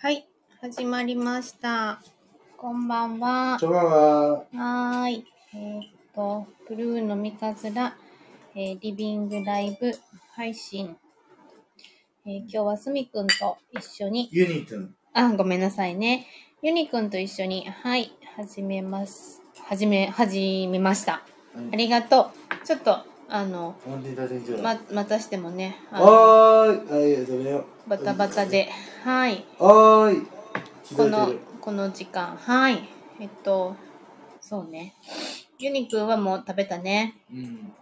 はい、始まりました。こんばんは。こんばんは。はーい。えーっと、ブルーの三日面、えーリビングライブ配信。えー今日はすみくんと一緒に、ユニトゥン。あ、ごめんなさいね。ゆにくんと一緒に、はい、始めます。始め、始めました。ありがとう。ちょっと、あの、本当に大変じゃない。ま、またしてもね、あのおーい。あ、いや、それよ。バタバタで、はい。おーい。こ聞のこえてるこの時間はいえっとそうねユニくんはもう食べたねうん。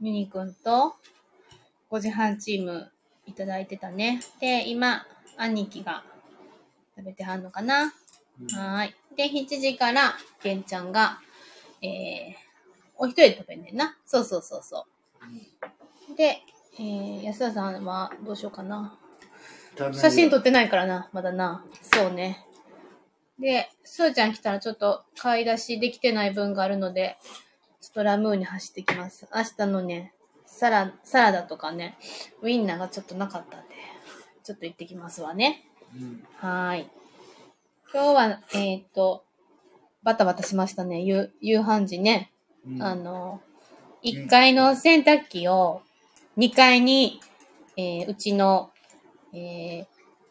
ユニくんと5時半チームいただいてたねで今兄貴が食べてはんのかなはーいで7時からけんちゃんがえー、お一人で食べんねんなそうそうそうそうで、えー、安田さんはどうしようかな写真撮っってないからな、まだな。そうね。で、すーちゃん来たらちょっと買い出しできてない分があるので、ちょっとラムーに走ってきます。明日のね、サラ、サラダとかね、ウインナーがちょっとなかったんで、ちょっと行ってきますわね。うん。はーい。今日は、えーっ、と、バタバタしましたね。夕、夕飯時ね。うんあ、の、1階の洗濯機を2階に、えーうちの、えー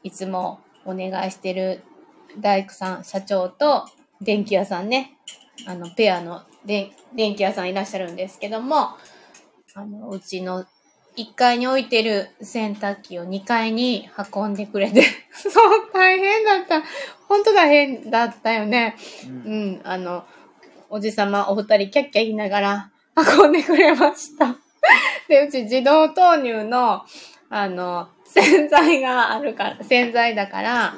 いつもお願いしてる大工さん、社長と電気屋さんね、あの、ペアので電気屋さんいらっしゃるんですけども、あの、うちの1階に置いてる洗濯機を2階に運んでくれて、 そう、大変だった。本当大変だったよね。う。うんん、あの、おじさまお二人キャッキャ言いながら運んでくれました。 で、うち自動投入の、あの、洗剤があるから、洗剤だから、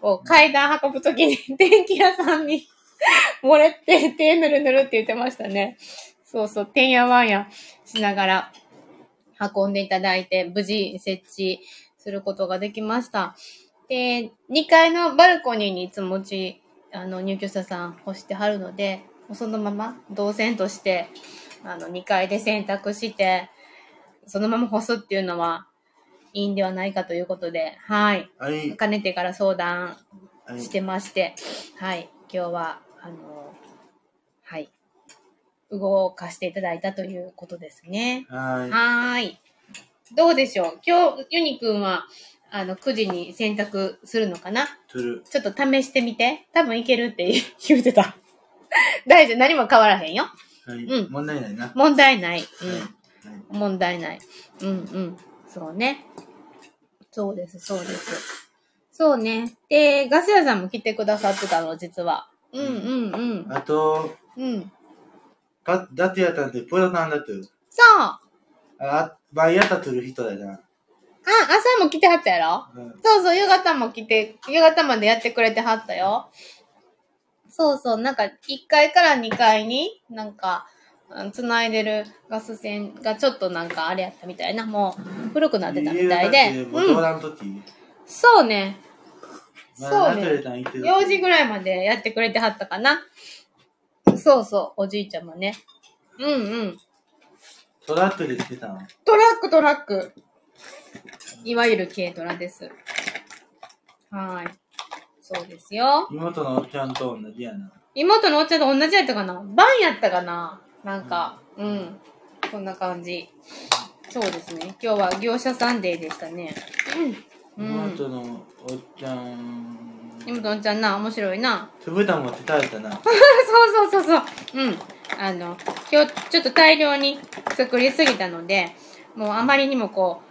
こう階段運ぶときに 電気屋さんに漏れて、手ぬるぬるって言ってましたね。そうそう、てんやわんやしながら運んでいただいて、無事設置することができました。で、2階のバルコニーにいつもうち、あの、入居者さん干してはるので、もうそのまま、動線として、あの、2階で洗濯して、そのまま干すっていうのは、いいんではないかということで、はい。あい、かねてから相談あいし。てまして、はい。今日は、あの、はい。動かしていただいたということですね。は。はーい。どうでしょう今日、ユニくんは、あの、9時に洗濯するのかないトゥル。ちょっと試してみて。多分いけるって 言うてた。大丈夫。何も変わらへんよ。はい。うん問題ないな。問題ない。はいはいうん。問題ない。うんうん。そうね。そうです、そうです。そうね。で、ガス屋さんも来てくださってたの、実は。うんうんうん。あと、うん。パッ、ダテやったんで、プロタンだと。そう。あ、あ、バイヤタトゥル人だな。朝も来てはったやろうん。そうそう、夕方も来て、夕方までやってくれてはったよ。そうそう、なんか、1階から2階に、なんか、うん繋いでるガス線がちょっとなんかあれやったみたいな、もう古くなってたみたいで。もうう動ん。画の時。そうね。そうダトゥルね。タン行って4時ぐらいまでやってくれてはったかな。そうそう、おじいちゃんもね。うんうん。トラックで来てたの。トラックトラック。いわゆる軽トラです。はーい。そうですよ。妹のおっちゃんと同じやな。妹のおっちゃんと同じやったかな晩やったかななんか、うん、こんな感じ。そうですね。今日は業者サンデーでしたね。うん。うん。妹のおっちゃん。妹のおっちゃんな、面白いな。つぶたん持って食べたな。そうそうそうそう。うん。あの、今日ちょっと大量に作りすぎたので、もうあまりにもこ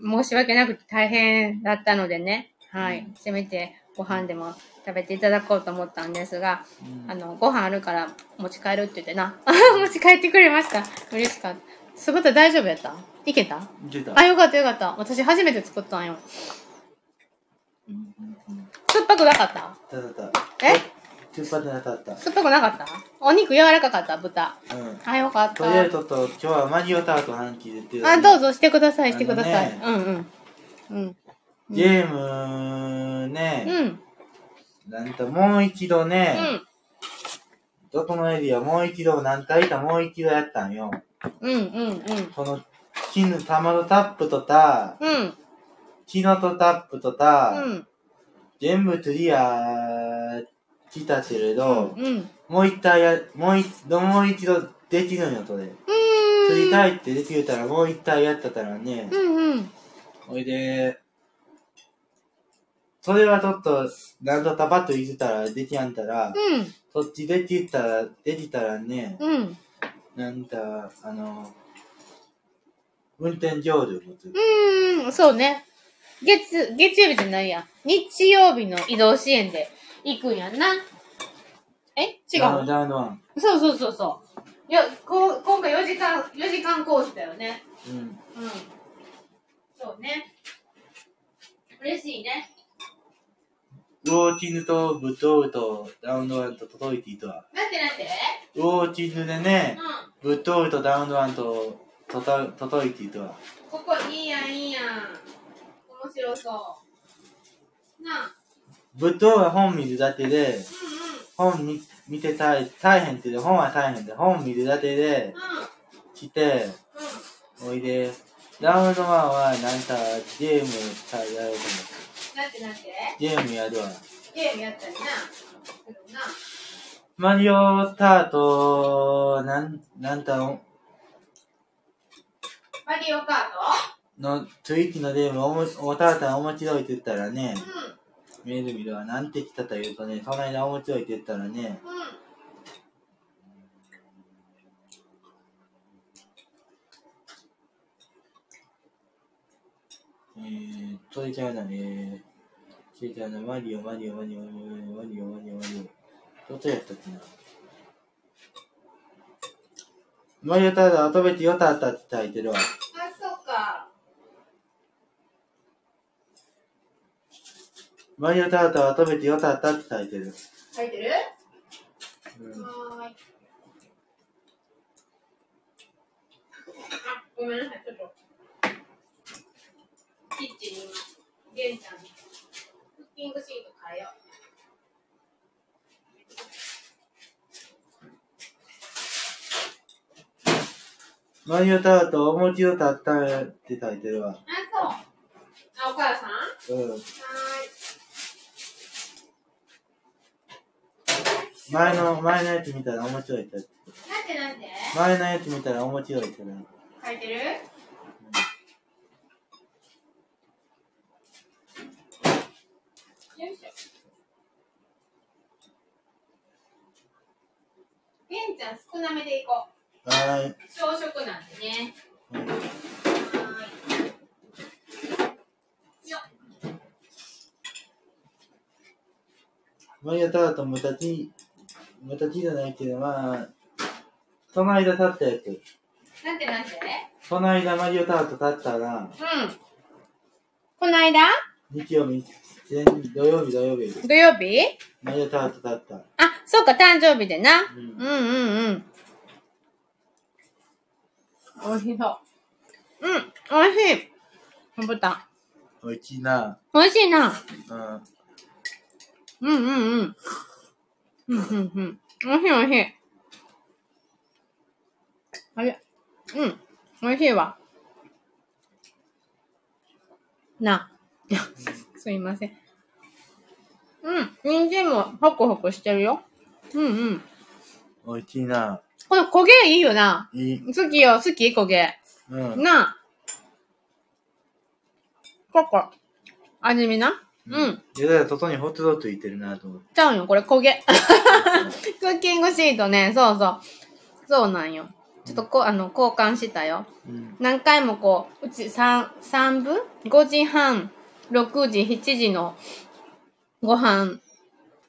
う、申し訳なくて大変だったのでね。はい。せめてご飯でも食べていただこうと思ったんですが、うんあの、ご飯あるから持ち帰るって言ってな。 持ち帰ってくれました。嬉しかった。酢豚大丈夫やったいけた見てた。あ、よかったよかった。私初めて作ったんよ。酸っぱくなかったたたた。えチュッパで当たっ酸っぱくなかったお肉柔らかかった豚。た。うん。あ、よかっとりあたえず。ちょっと今日はマリオタワーと話聞いてて。あ、どうぞしてください、してください。あうんうん。うん。ゲームうね、ん。なんともう一度うね、ん。どこのエリアもう一度何回かもう一度やったんよ。うんうんうん。この、絹玉のタップとた、うん。キノとタップとた、うん。全部クリア来たけれど、うん。うん。もう一回や、もう一度、もう一度できるんよ、それ。釣りたいってできるたら、もう一回やったたらね、うんうん。おいで、それはちょっと、なんとたばっと言ってたら、できやんたら、うん。そっちできたら、できたらね、うん。なんか、あの、運転上手もつく。うん。そうね。月、月曜日じゃないや。日曜日の移動支援で行くんやんな。え違ダウンう。ダウンワン。そうそうそうそう。いや、こう、今回4時間、4時間コースだよね。うん。うん。そうね。嬉しいね。ウォーキングとブッドウとダウンドワンとトトイティとは。なんてなんてウォーキングでね、うブッドウとダウンドワンとトトトトイティとは。ん。ここいいやんいいやん。面白そう。なあ。ブッドウは本見るだけで、う本見見て大大変って言う本は大変で、本見るだけでんうん。うん。うん。来て、おいで。ダウンドワンはなんかゲームさやろうと思って。なんてなんてゲームやるわ。ゲームやったりな。するな。マリオタート、なん、なんか、マリオカの、ツイッチのゲーム、おも、おたーたん面白いって言ったらねー、トメール見るわ、なんて来たと言うとね、その間面白いって言ったらね、うん。うん。えー、それちゃうなね、それちゃうな、マリオ、マリオ、マリオ、マリオ、マリオ、マリオ、マリオ、どっちやったっけな。マリオタート、遊べてよかったって書いてるわ。あ、そうか。マリオタート、遊べてよかったって書いてる。書いてるうんはーい。あ、ごめんなさい、ちょっと。キッチンに今、玄ちゃんに、クッキングシート変えよう。マリオタート、面白かったって書いてるわ。あ、そう。あ、お母さんはうん。ーい。前の、前のやつ見たら面白いって。なんでなんで前のやつ見たら面白いってな。書いてるよいしょ。玄ちゃん少なめでいこう。は小食なんでね。ーい。はーい。よっマリオタート無駄ち、無駄ちじゃないけど、まあ、その間立ったやつ。なんでなんでその間マリオタート立ったら、うん。この間日曜日、前土曜日土曜日、土曜日マリオタート立っあ、そうか、誕生日でな。うんうんうんうん。美味しそう。うん、美味しい。昆布タた。うちな、美味しいな。うん。うんうんうん。うんうんうん。美味しい美味しい。あれうん。美味しいわ。なあ。 すいません。うん。人参もホクホクしてるよ。うんうん。うちな、この焦げいいよな。いい、好きよ、好き焦げ。うん。なあ。ここ。味見な。うん。。いや、だから外にホットドッグついてるなと思って。ちゃうよ、これ焦げ。 クッキングシートね、そうそう。そうなんよ。ちょっとこ、うあの、交換したよ。うん。何回もこう、うち3、三分 ?5 時半、6時、7時のご飯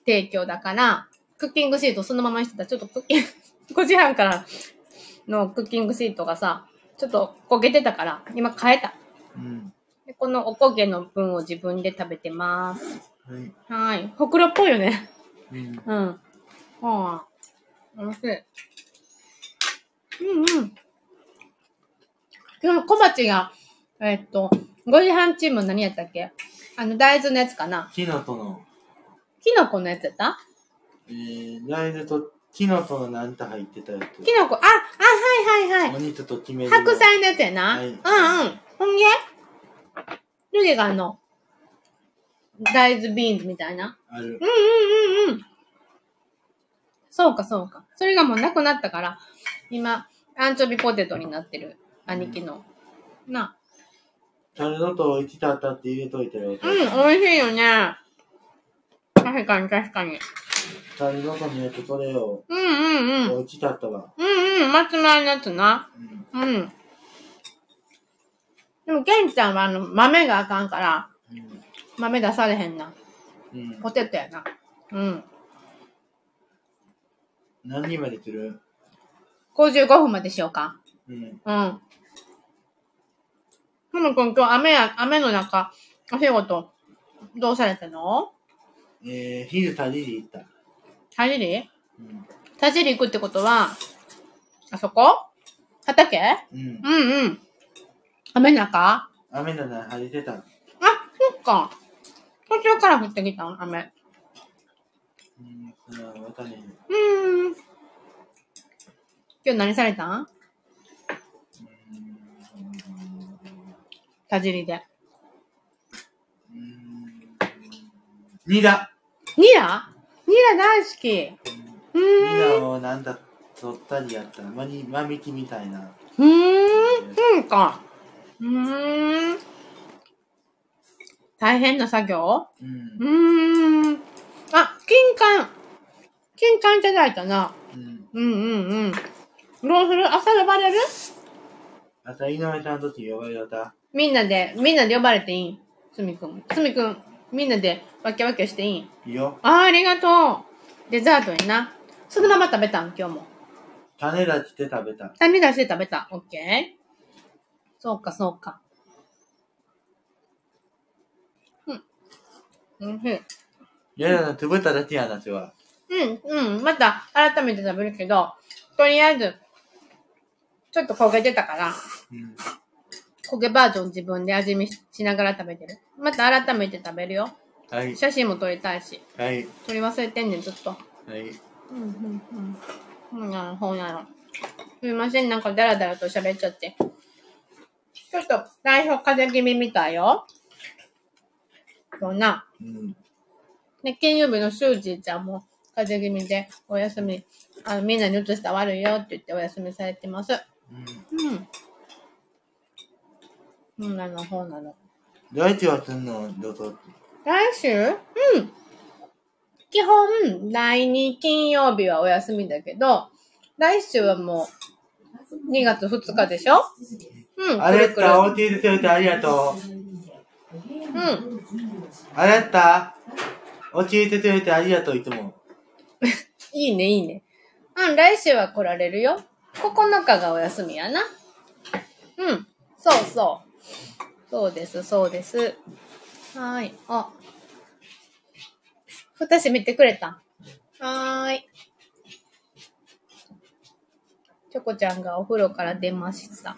提供だから、クッキングシートそのままにしてたら、ちょっとクッキング、5時 半からのクッキングシートがさ、ちょっと焦げてたから、今変えた。うん。でこのお焦げの分を自分で食べてます。はい。はい。ほくろっぽいよね。うん。うん。はあ。おいしい。うんうん。今日、小鉢が、えっと、5時半チーム何やったっけあの、大豆のやつかなキノトの、キノコのやつやったえー、ライズとキノトのなんて入ってたやつ。キノコ、あ、あ、はいはいはおい。肉と決めるの。白菜のやつやな。はういんうん。ほんげルゲがあの、大豆ビーンズみたいな。ある。うんうんうんうん。そうかそうか。それがもうなくなったから、今、アンチョビポテトになってる、兄貴の。な。タルトと1たったって入れといたよ。うん、美味しいよね。確かに確かに。タルトとのやつこれよ。うんうんうん。お1たったわ。うんうん、松前のやつな。うん。うん。でも、ケンちゃんはあの、豆があかんから、豆出されへんな。うん。うんポテトやな。うん。何人まで来る55分までしようか。うん。うん。ふむくん、今日雨や、雨の中、お仕事、どうされたのえー、昼足りり行った。田尻うん。田尻行くってことは、あそこ畑うん。うんうん。雨の中あ、雨の中晴れてた。そっか。途中から降ってきたの雨。うん。そら、わかんねえ。うーん。今日何されたん田尻で。ニラニラニラ大好き。うニーん。ラをなんだ取ったりやったまにまみきみたいなうーん、そうか。うーん。大変な作業う、うんーん。あ、金柑。金柑いただいたな。うん、うんうんうん。どうする朝呼ばれる朝井上さんとって呼ばれたみんなで、みんなで呼ばれていいんすみくん。すみくん、みんなでわけわけしていいんいいよあー、ありがとう。デザートにな。そのまま食べたん今日も。種だちて食べた種出して食べた。オッケーそうか、そうか。うん。美味し。やだなつぶただちやなちはいうん、うん。また、改めて食べるけど、とりあえず、ちょっと焦げてたから、うん焦げバージョン自分で味見ししながら食べてる。また改めて食べるよ。はい写真も撮りたいし。はい撮り忘れてんねん、ずっと。はいうん、うん、うん。そうなの、そうなの。すいません、なんかダラダラと喋っちゃって。ちょっと、最初風邪気味みたいよ。そうな。うんで、金曜日のシュージーちゃんも、風邪気味で、お休み、あの、みんなに移したら悪いよって言ってお休みされてます。うんうん。そうなの、そうなの。大地はすんのどうぞ来週うん。基本、第2金曜日はお休みだけど、来週はもう、2月2日でしょ うん、あくれるっくたオーる。ティーズセルてありがとううん。あれった教えてくれてありがとういつもいいね、いいね。うん、来週は来られるよ。9日がお休みやな。うん、そうそう。そうです、そうです。はーい。あ。ふたし見てくれたはーい。チョコちゃんがお風呂から出ました。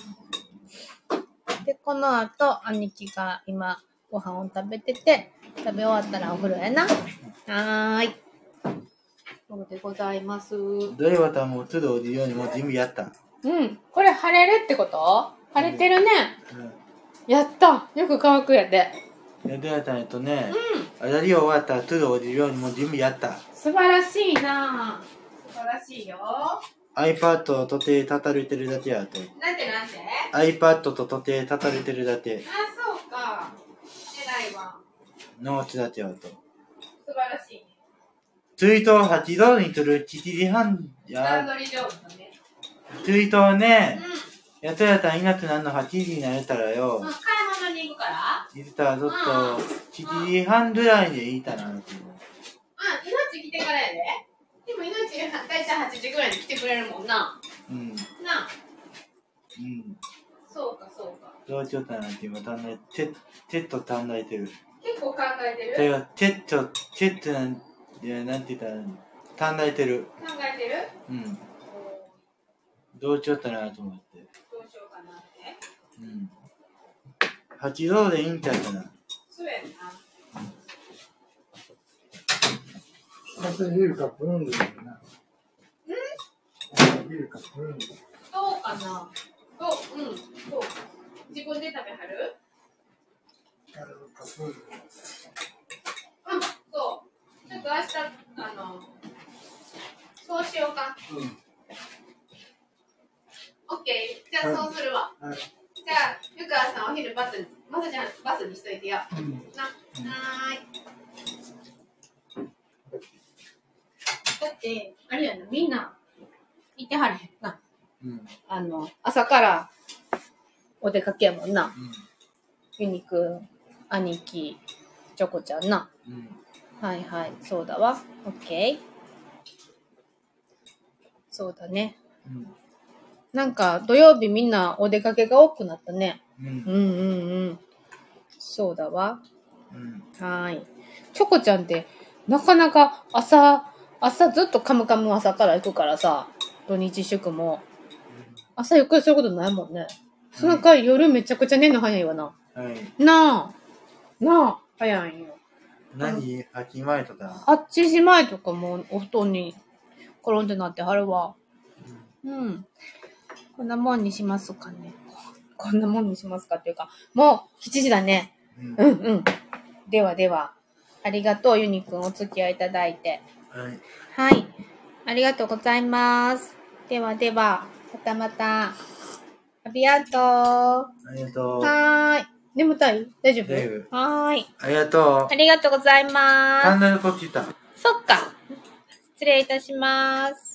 で、この後、兄貴が今、ご飯を食べてて、食べ終わったらお風呂やな。はーい。そうでございます。うどれわたも鶴おじようにもう準備やったん。これ晴れるってこと晴れてるね。うんやった。よく乾くやで。やってやったんやとね、あやり終わったら鶴おじようにもう準備やった素晴らしいな素晴らしいよ。 iPad ととてたたれてるだけやとなんてなんて iPad ととてたたれてるだけそうか。偉いわ。のうちだけやと素晴らしいね。追悼8度にする7時半や取り上手だね。追悼うんね。やとやったらいなくなるの8時になれたらよ買い物に行くからいつたらちょっと7時半ぐらいでいいかなっていうあ、命来てからやで。でも命が大体8時ぐらいに来てくれるもんな。うんなあ。うんそうかそうか。どうちょったなって今考えててっと考えてる結構考えてだからチェッチョチェッチョなんいやなんて言ったらいいの短大てる考えてるうんどどうしよったなと思ってうしようかなって。うん八度でいいんちゃうかなそうやな。私ビールかプルーンでいいな。ビールかプルーンでいい。どうかな。どう、うん、どう。自分で食べはる。カルーンかプルーンでいい。しようか。うオッケー。じゃあそうするわ。ん。はい。じゃあ、ゆかさんお昼バスに、まさちゃんバスにしといてよ。な、はうんーい。だって、あれやな、みんな、いてはれへんな。うん。あの、朝からお出かけやもんな。ユニくん、兄貴、チョコちゃんな。うん。うん。はいはい、そうだわ。オッケー。そうだね。なんか土曜日みんなお出かけが多くなったね。うん。うんうんうん。そうだわ。うん。はーい。チョコちゃんって、なかなか朝、朝ずっとカムカム朝から行くからさ、土日祝も。朝ゆっくりすることないもんね。その代わり夜めちゃくちゃ寝るの早いわな。はい。なあ。なあ。早いんよ。何秋前とか。 8時前とかもうお布団に転んでなってはるわ。うん。こんなもんにしますかね。こんなもんにしますかっていうか、もう7時だね。うん。うんうん。ではでは、ありがとう、ユニくんお付き合いいただいて。はい。はい。ありがとうございます。ではでは、またまた。ありがとありがとう。う。はーい。眠たい大丈夫大丈夫はーい。ありがとありがとうございまう。すサ。ンダルこっち行った。そっか。失礼いたします。